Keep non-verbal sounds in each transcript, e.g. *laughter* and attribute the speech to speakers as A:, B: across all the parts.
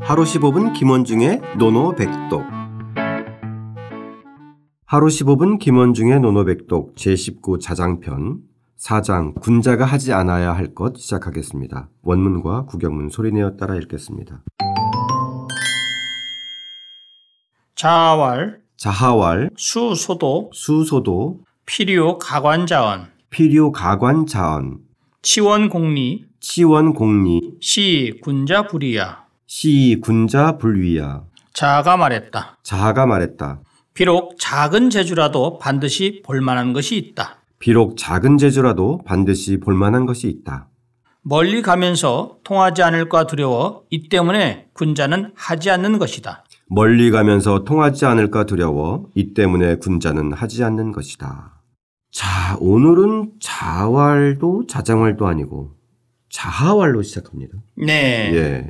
A: 하루 15분 김원중의 노노백독 하루 15분 김원중의 노노백독 제19 자장편 4장 군자가 하지 않아야 할 것 시작하겠습니다. 원문과 구경문 소리내어 따라 읽겠습니다.
B: 자활,
A: 자하왈
B: 수소도,
A: 수소도
B: 필요 가관자원,
A: 필요 가관자언
B: 치원공리,
A: 치원공리
B: 시 군자불이야.
A: 시 군자 불위야
B: 자가 말했다.
A: 자하가 말했다.
B: 비록 작은 재주라도 반드시 볼만한 것이 있다.
A: 비록 작은 재주라도 반드시 볼만한 것이 있다.
B: 멀리 가면서 통하지 않을까 두려워 이 때문에 군자는 하지 않는 것이다.
A: 멀리 가면서 통하지 않을까 두려워 이 때문에 군자는 하지 않는 것이다. 자, 오늘은 자활도 자장활도 아니고 자하활로 시작합니다.
B: 네.
A: 예.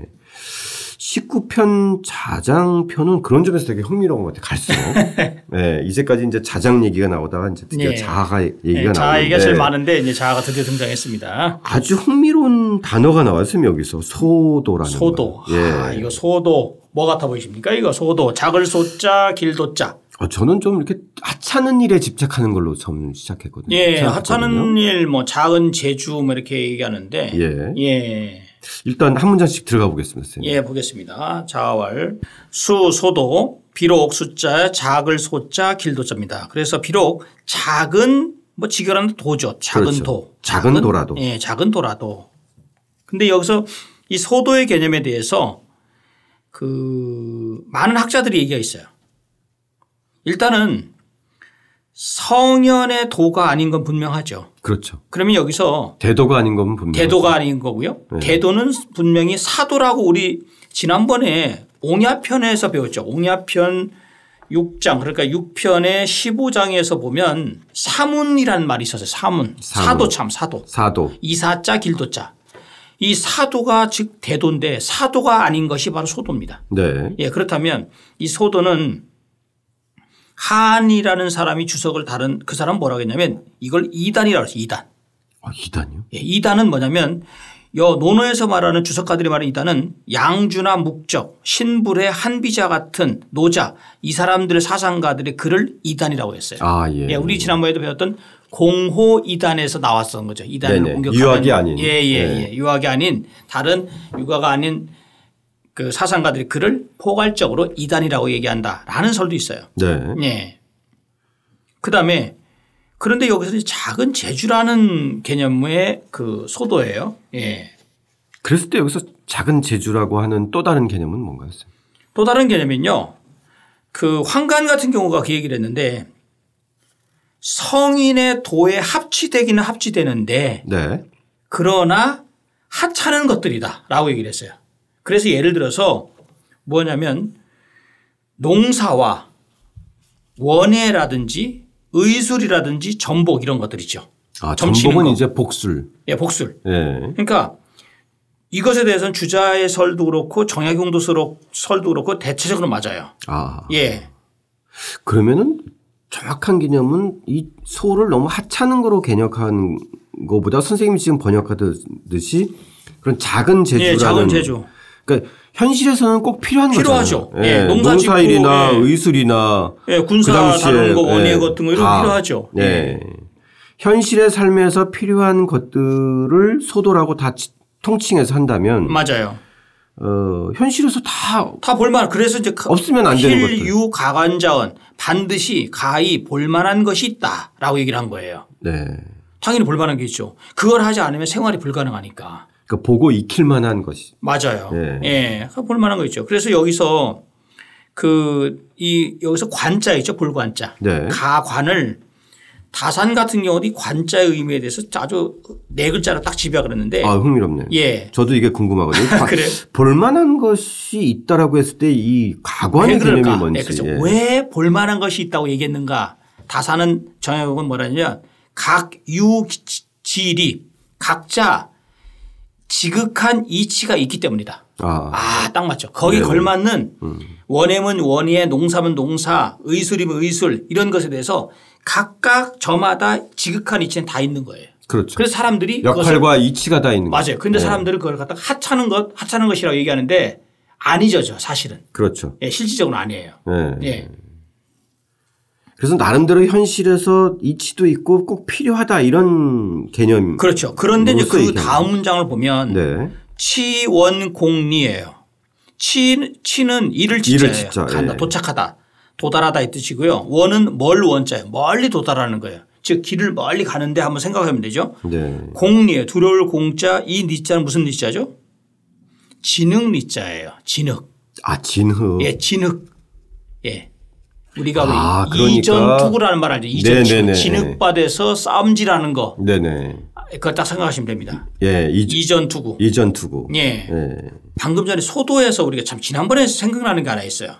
A: 19편 자장편은 그런 점에서 되게 흥미로운 것 같아요.
B: *laughs*
A: 갈수록. 예, 이제까지 이제 자장 얘기가 나오다가 이제 드디어
B: 네.
A: 자아가 예, 얘기가
B: 네,
A: 나오는데
B: 자아 얘기가 제일 많은데 이제 자아가 드디어 등장했습니다.
A: 아주 흥미로운 단어가 나왔어요, 여기서. 소도라는
B: 소도.
A: 거. 예.
B: 아, 이거 소도. 뭐 같아 보이십니까? 이거 소도. 작을 소자, 길도 자.
A: 아, 저는 좀 이렇게 하찮은 일에 집착하는 걸로 처음 시작했거든요.
B: 예,
A: 생각했거든요.
B: 하찮은 일, 뭐 작은 재주 뭐 이렇게 얘기하는데
A: 예.
B: 예,
A: 일단 한 문장씩 들어가 보겠습니다. 선생님.
B: 예, 보겠습니다. 자활 수소도 비록 숫자 작을 소자 길도자입니다. 그래서 비록 작은 뭐 지결한 도죠. 작은
A: 그렇죠.
B: 도.
A: 작은 도라도.
B: 예, 작은 도라도. 근데 여기서 이 소도의 개념에 대해서 그 많은 학자들이 얘기가 있어요. 일단은 성연의 도가 아닌 건 분명하죠.
A: 그렇죠.
B: 그러면 여기서
A: 대도가 아닌 건 분명.
B: 대도가 아닌 거고요. 대도는 분명히 사도라고 우리 지난번에 옹야편에서 배웠죠. 옹야편 6장 그러니까 6편의 15장에서 보면 사문이란 말이 있었어요. 사문.
A: 사문.
B: 사도 참 사도.
A: 사도.
B: 이사자 길도자. 이 사도가 즉 대도인데 사도가 아닌 것이 바로 소도입니다.
A: 네.
B: 예, 그렇다면 이 소도는 한이라는 사람이 주석을 다른 그 사람 뭐라고 했냐면 이걸 이단이라고 했어요. 이단.
A: 아, 이단이요?
B: 예, 이단은 뭐냐면 여 논어에서 말하는 주석가들이 말하는 이단은 양주나 묵적, 신불의 한비자 같은 노자 이 사람들의 사상가들의 글을 이단이라고 했어요.
A: 아, 예.
B: 예, 우리 지난번에도 배웠던 공호 이단에서 나왔던 거죠. 이단을
A: 네네.
B: 공격하는
A: 유학이 아닌. 네.
B: 예, 예, 예. 유학이 아닌 다른 유가가 아닌 그 사상가들의 글을 포괄적으로 이단이라고 얘기한다라는 설도 있어요.
A: 네.
B: 예. 그다음에 그런데 여기서 이제 작은 제주라는 개념의 그 소도예요. 예.
A: 그랬을 때 여기서 작은 제주라고 하는 또 다른 개념은 뭔가요? 선생님?
B: 또 다른 개념은요. 그 황간 같은 경우가 그 얘기를 했는데 성인의 도에 합치되기는 합치되는데
A: 네.
B: 그러나 하찮은 것들이다라고 얘기를 했어요. 그래서 예를 들어서 뭐냐면 농사와 원예라든지 의술이라든지 전복 이런 것들이죠.
A: 아,
B: 점치는
A: 전복은
B: 거.
A: 이제 복술.
B: 예, 복술.
A: 예.
B: 그러니까 이것에 대해서는 주자의 설도 그렇고 정약용도 서로- 설도 그렇고 대체적으로 맞아요.
A: 아.
B: 예.
A: 그러면은 정확한 개념은 이 소를 너무 하찮은 거로 개념한 거보다 선생님이 지금 번역하듯이 그런 작은 제주라는
B: 예, 작은 제주.
A: 그러니까 현실에서는 꼭 필요한
B: 필요하죠.
A: 거잖아요.
B: 예, 농사
A: 농사일이나
B: 짓고, 예.
A: 의술이나
B: 예, 군사
A: 그 당시에,
B: 다루는 거 원예
A: 예,
B: 같은 거 이런
A: 다.
B: 거 필요하죠.
A: 예. 현실의 삶에서 필요한 것들을 소도라고 다 치- 통칭해서 한다면
B: 맞아요.
A: 어, 현실에서 다
B: 다 볼만 그래서 이제
A: 없으면 안 되는 것들.
B: 유 가관자원 반드시 가히 볼만한 것이 있다라고 얘기를 한 거예요.
A: 네.
B: 당연히 볼만한 게 있죠. 그걸 하지 않으면 생활이 불가능하니까.
A: 그러니까 보고 익힐 만한 것이.
B: 맞아요.
A: 네.
B: 예. 볼만한 거 있죠. 그래서 여기서 그 이 여기서 관자 있죠. 볼관자.
A: 네.
B: 가관을 다산 같은 경우는 이 관자의 의미에 대해서 아주 네 글자로 딱 집약을 했는데
A: 아, 흥미롭네요.
B: 예.
A: 저도 이게 궁금하거든요. 가-
B: *laughs* 그래요?
A: 볼만한 것이 있다라고 했을 때 이
B: 왜
A: 가관의 개념이
B: 그럴까?
A: 뭔지.
B: 네, 그렇죠.
A: 예.
B: 왜 볼만한 것이 있다고 얘기했는가? 다산은 정약용은 뭐라냐면 각유지리 각자 지극한 이치가 있기 때문이다.
A: 아,
B: 아, 딱 맞죠. 거기
A: 네.
B: 걸맞는 원예면 원예, 농사면 농사, 의술이면 의술 이런 것에 대해서 각각 저마다 지극한 이치는 다 있는 거예요.
A: 그렇죠.
B: 그래서 사람들이 그것을
A: 역할과 이치가 다 있는 거죠.
B: 맞아요. 근데 사람들은 그걸 갖다가 하찮은 것, 하찮은 것이라고 얘기하는데 아니죠, 사실은.
A: 그렇죠.
B: 예, 실질적으로 아니에요.
A: 예.
B: 예.
A: 그래서 나름대로 현실에서 이치도 있고 꼭 필요하다 이런 개념.
B: 그렇죠. 그런데 이제
A: 무엇을
B: 그
A: 얘기하는
B: 다음 문장을 보면
A: 네.
B: 치원공리예요. 치, 치는 이를
A: 이를
B: 짓자예요.
A: 짓자,
B: 간다,
A: 예.
B: 도착하다, 도달하다 이 뜻이고요. 원은 멀 원자예요. 멀리 도달하는 거예요. 즉 길을 멀리 가는데 한번 생각하면 되죠.
A: 네.
B: 공리예요. 두려울 공자 이 니자는 무슨 니자죠? 진흙 니자예요. 진흙.
A: 아 진흐.
B: 예, 진흙. 예. 우리가
A: 아,
B: 왜 이전
A: 그러니까.
B: 투구라는 말 알죠? 이전
A: 네네네.
B: 진흙밭에서 싸움질하는 거
A: 네네.
B: 그거 딱 생각하시면 됩니다.
A: 예. 이,
B: 이전 투구.
A: 이전 투구.
B: 예.
A: 예.
B: 방금 전에 소도에서 우리가 참 지난번에 생각나는 게 하나 있어요.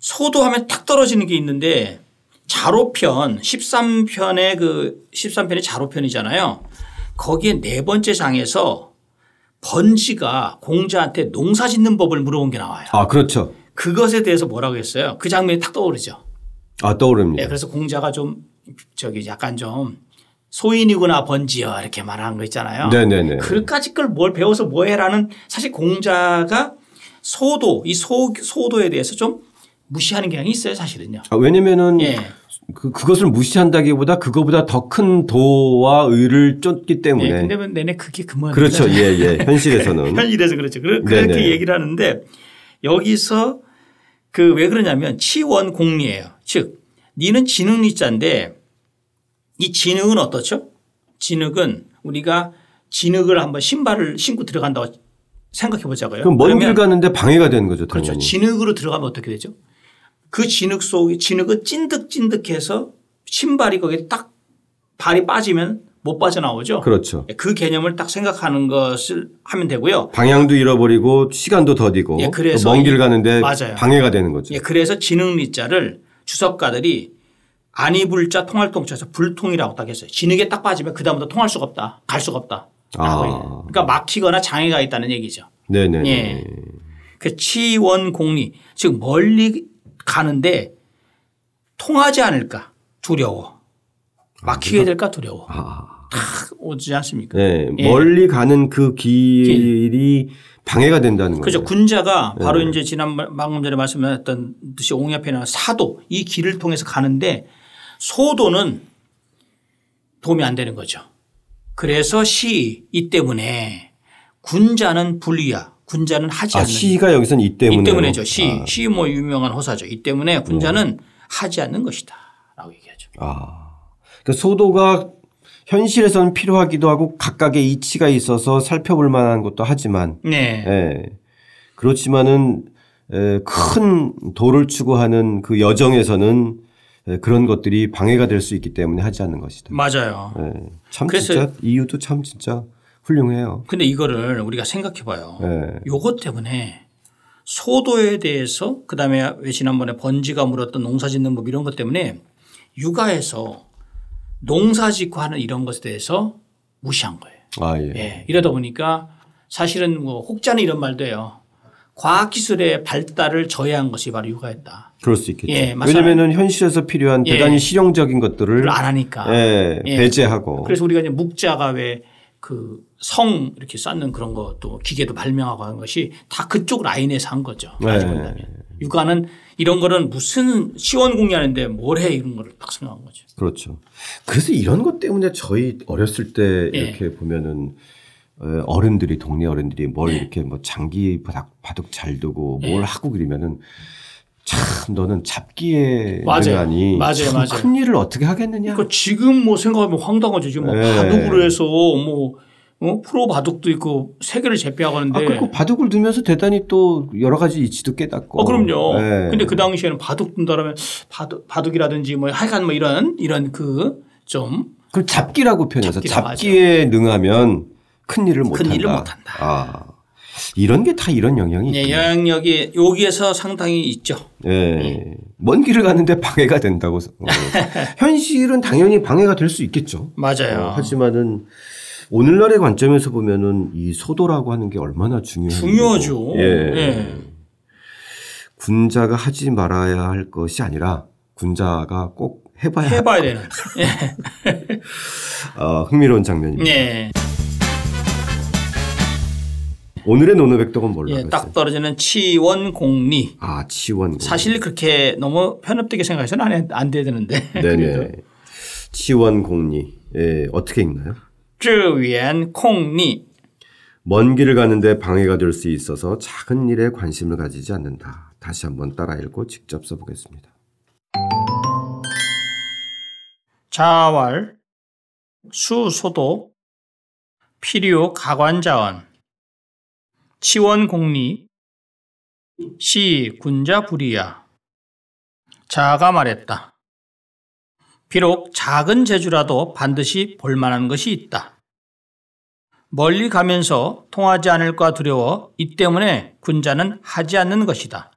B: 소도하면 탁 떨어지는 게 있는데 자로편 13편의 그 13편이 자로편이잖아요. 거기에 네 번째 장에서 번지가 공자한테 농사 짓는 법을 물어본 게 나와요.
A: 아 그렇죠.
B: 그것에 대해서 뭐라고 했어요? 그 장면이 탁 떠오르죠.
A: 아 떠오릅니다.
B: 예, 그래서 공자가 좀 저기 약간 좀 소인이구나 번지여 이렇게 말하는 거 있잖아요.
A: 네네네.
B: 그까지 걸 뭘 배워서 뭐 해라는 사실 공자가 소도 이 소, 소도에 대해서 좀 무시하는 경향이 있어요 사실은요.
A: 아, 왜냐면은
B: 예.
A: 그, 그것을 무시한다기보다 그거보다 더 큰 도와 의를 쫓기
B: 예.
A: 때문에
B: 근데 뭐 내내 그게 그 모양이죠.
A: 네. 그렇죠. 예,
B: *laughs*
A: 예. 현실에서는.
B: 현실에서 그렇죠. 그러-
A: 네네.
B: 그렇게 얘기를 하는데 여기서 그 왜 그러냐면 치원 공리예요. 즉, 니는 진흙리자인데 이 진흙은 어떻죠? 진흙은 우리가 진흙을 한번 신발을 신고 들어간다고 생각해 보자고요.
A: 그럼 먼 길 가는데 음. 방해가 되는 거죠, 당연히.
B: 그렇죠. 진흙으로 들어가면 어떻게 되죠? 그 진흙 속에 진흙은 찐득찐득해서 신발이 거기에 딱 발이 빠지면 못 빠져나오죠.
A: 그렇죠.
B: 그 개념을 딱 생각하는 것을 하면 되고요.
A: 방향도 잃어버리고 시간도 더디고
B: 예, 그래서
A: 먼
B: 이-
A: 길 가는데
B: 맞아요.
A: 방해가 되는 거죠.
B: 예, 그래서 진흙리자를 주석가들이 안이불자 통할통자에서 불통이라고 딱 했어요. 진흙에 딱 빠지면 그다음부터 통할 수가 없다. 갈 수가 없다. 라고
A: 아.
B: 얘기해요. 그러니까 막히거나 장애가 있다는 얘기죠.
A: 네, 네.
B: 예. 그 치원공리 즉 멀리 가는데 통하지 않을까 두려워 막히게 될까 두려워
A: 아.
B: 탁 오지 않습니까?
A: 네.
B: 예.
A: 멀리 가는 그 길이 방해가 된다는 거죠.
B: 그죠 군자가 바로
A: 예.
B: 이제 지난 방금 전에 말씀하셨던 듯이 옹야편이나 사도 이 길을 통해서 가는데 소도는 도움이 안 되는 거죠. 그래서 시 이 때문에 군자는 불리야 군자는 하지
A: 아,
B: 않는
A: 시가 아. 여기선 이 때문에.
B: 이 때문에죠. 시, 시 뭐 유명한 호사죠. 이 때문에
A: 음.
B: 군자는 하지 않는 것이다. 라고 얘기하죠.
A: 아. 그러니까 소도가 현실에서는 필요하기도 하고 각각의 이치가 있어서 살펴볼 만한 것도 하지만
B: 네.
A: 예. 그렇지만은 에, 큰 도를 추구하는 그 여정에서는 에, 그런 것들이 방해가 될 수 있기 때문에 하지 않는 것이다.
B: 맞아요.
A: 예. 참
B: 그래서-
A: 진짜 이유도 참 진짜 훌륭해요.
B: 근데 이거를 우리가 생각해 봐요.
A: 예.
B: 요것 때문에 소도에 대해서 그다음에 왜 지난번에 번지가 물었던 농사 짓는 법 이런 것 때문에 육아에서 농사 짓고 하는 이런 것에 대해서 무시한 거예요.
A: 아 예.
B: 예. 이러다 보니까 사실은 뭐 혹자는 이런 말도 해요. 과학기술의 발달을 저해한 것이 바로 육아였다.
A: 그럴 수 있겠죠.
B: 예, 맞아요.
A: 왜냐면은 현실에서 필요한 대단히 실용적인 것들을
B: 그걸 안 하니까.
A: 예,
B: 예.
A: 배제하고
B: 그래서 우리가 이제 묵자가 왜 그 성 이렇게 쌓는 그런 것도 기계도 발명하고 하는 것이 다 그쪽 라인에서 한 거죠. 따지고
A: 네.
B: 본다면. 육아는 이런 거는 무슨 시원 공유하는데 뭘 해 이런 거를 딱 생각한 거죠.
A: 그렇죠. 그래서 이런 것 때문에 저희 어렸을 때
B: 예.
A: 이렇게 보면은 어, 어른들이 동네 어른들이 뭘
B: 예.
A: 이렇게 뭐 장기 바닥 바둑 잘 두고 뭘 하고 그러면은 참 너는 잡기에
B: 맞아요.
A: 능하니
B: 맞아요,
A: 참
B: 맞아요.
A: 큰 일을 어떻게 하겠느냐.
B: 그러니까 지금 뭐 생각하면 황당하죠. 지금 뭐
A: 네.
B: 바둑으로 해서 뭐 어? 프로 바둑도 있고 세계를 제패하고 하는데
A: 아 그리고 바둑을 두면서 대단히 또 여러 가지 이치도 깨닫고.
B: 어, 그럼요.
A: 예.
B: 근데 그 당시에는 바둑 둔다라면 바둑, 바둑이라든지 뭐 하여간 뭐 이런 이런 그좀
A: 그럼 잡기라고 표현해서
B: 잡기라고
A: 잡기에 능하면 큰 일을 못한다.
B: 큰 일을 못한다.
A: 아, 이런 게 다 이런 영향이
B: 예,
A: 있군요.
B: 영향력이 여기에서 상당히 있죠.
A: 예. 먼 길을 가는데 방해가 된다고.
B: *laughs*
A: 어. 현실은 당연히 방해가 될 수 있겠죠.
B: 맞아요.
A: 어, 하지만은 오늘날의 관점에서 보면은 이 소도라고 하는 게 얼마나 중요한 일이고.
B: 중요하죠.
A: 예.
B: 예.
A: 군자가 하지 말아야 할 것이 아니라 군자가 꼭 해봐야 할
B: 해봐야 되는.
A: 어, 흥미로운 장면입니다.
B: 예.
A: 오늘의 노노백독은 뭘로
B: 예,
A: 하겠어요?
B: 딱 떨어지는 치원공리.
A: 아 치원.
B: 사실 그렇게 너무 편협되게 생각해서는 안, 안 돼야 되는데. *laughs*
A: 네네. 치원 공리. 예, 어떻게 읽나요?
B: 쯔위엔콩리.
A: 먼 길을 가는데 방해가 될 수 있어서 작은 일에 관심을 가지지 않는다. 다시 한번 따라 읽고 직접 써보겠습니다.
B: 자활, 수소도, 필요 가관자원, 치원공리, 시 군자불이야. 자가 말했다. 비록 작은 재주라도 반드시 볼만한 것이 있다. 멀리 가면서 통하지 않을까 두려워 이 때문에 군자는 하지 않는 것이다.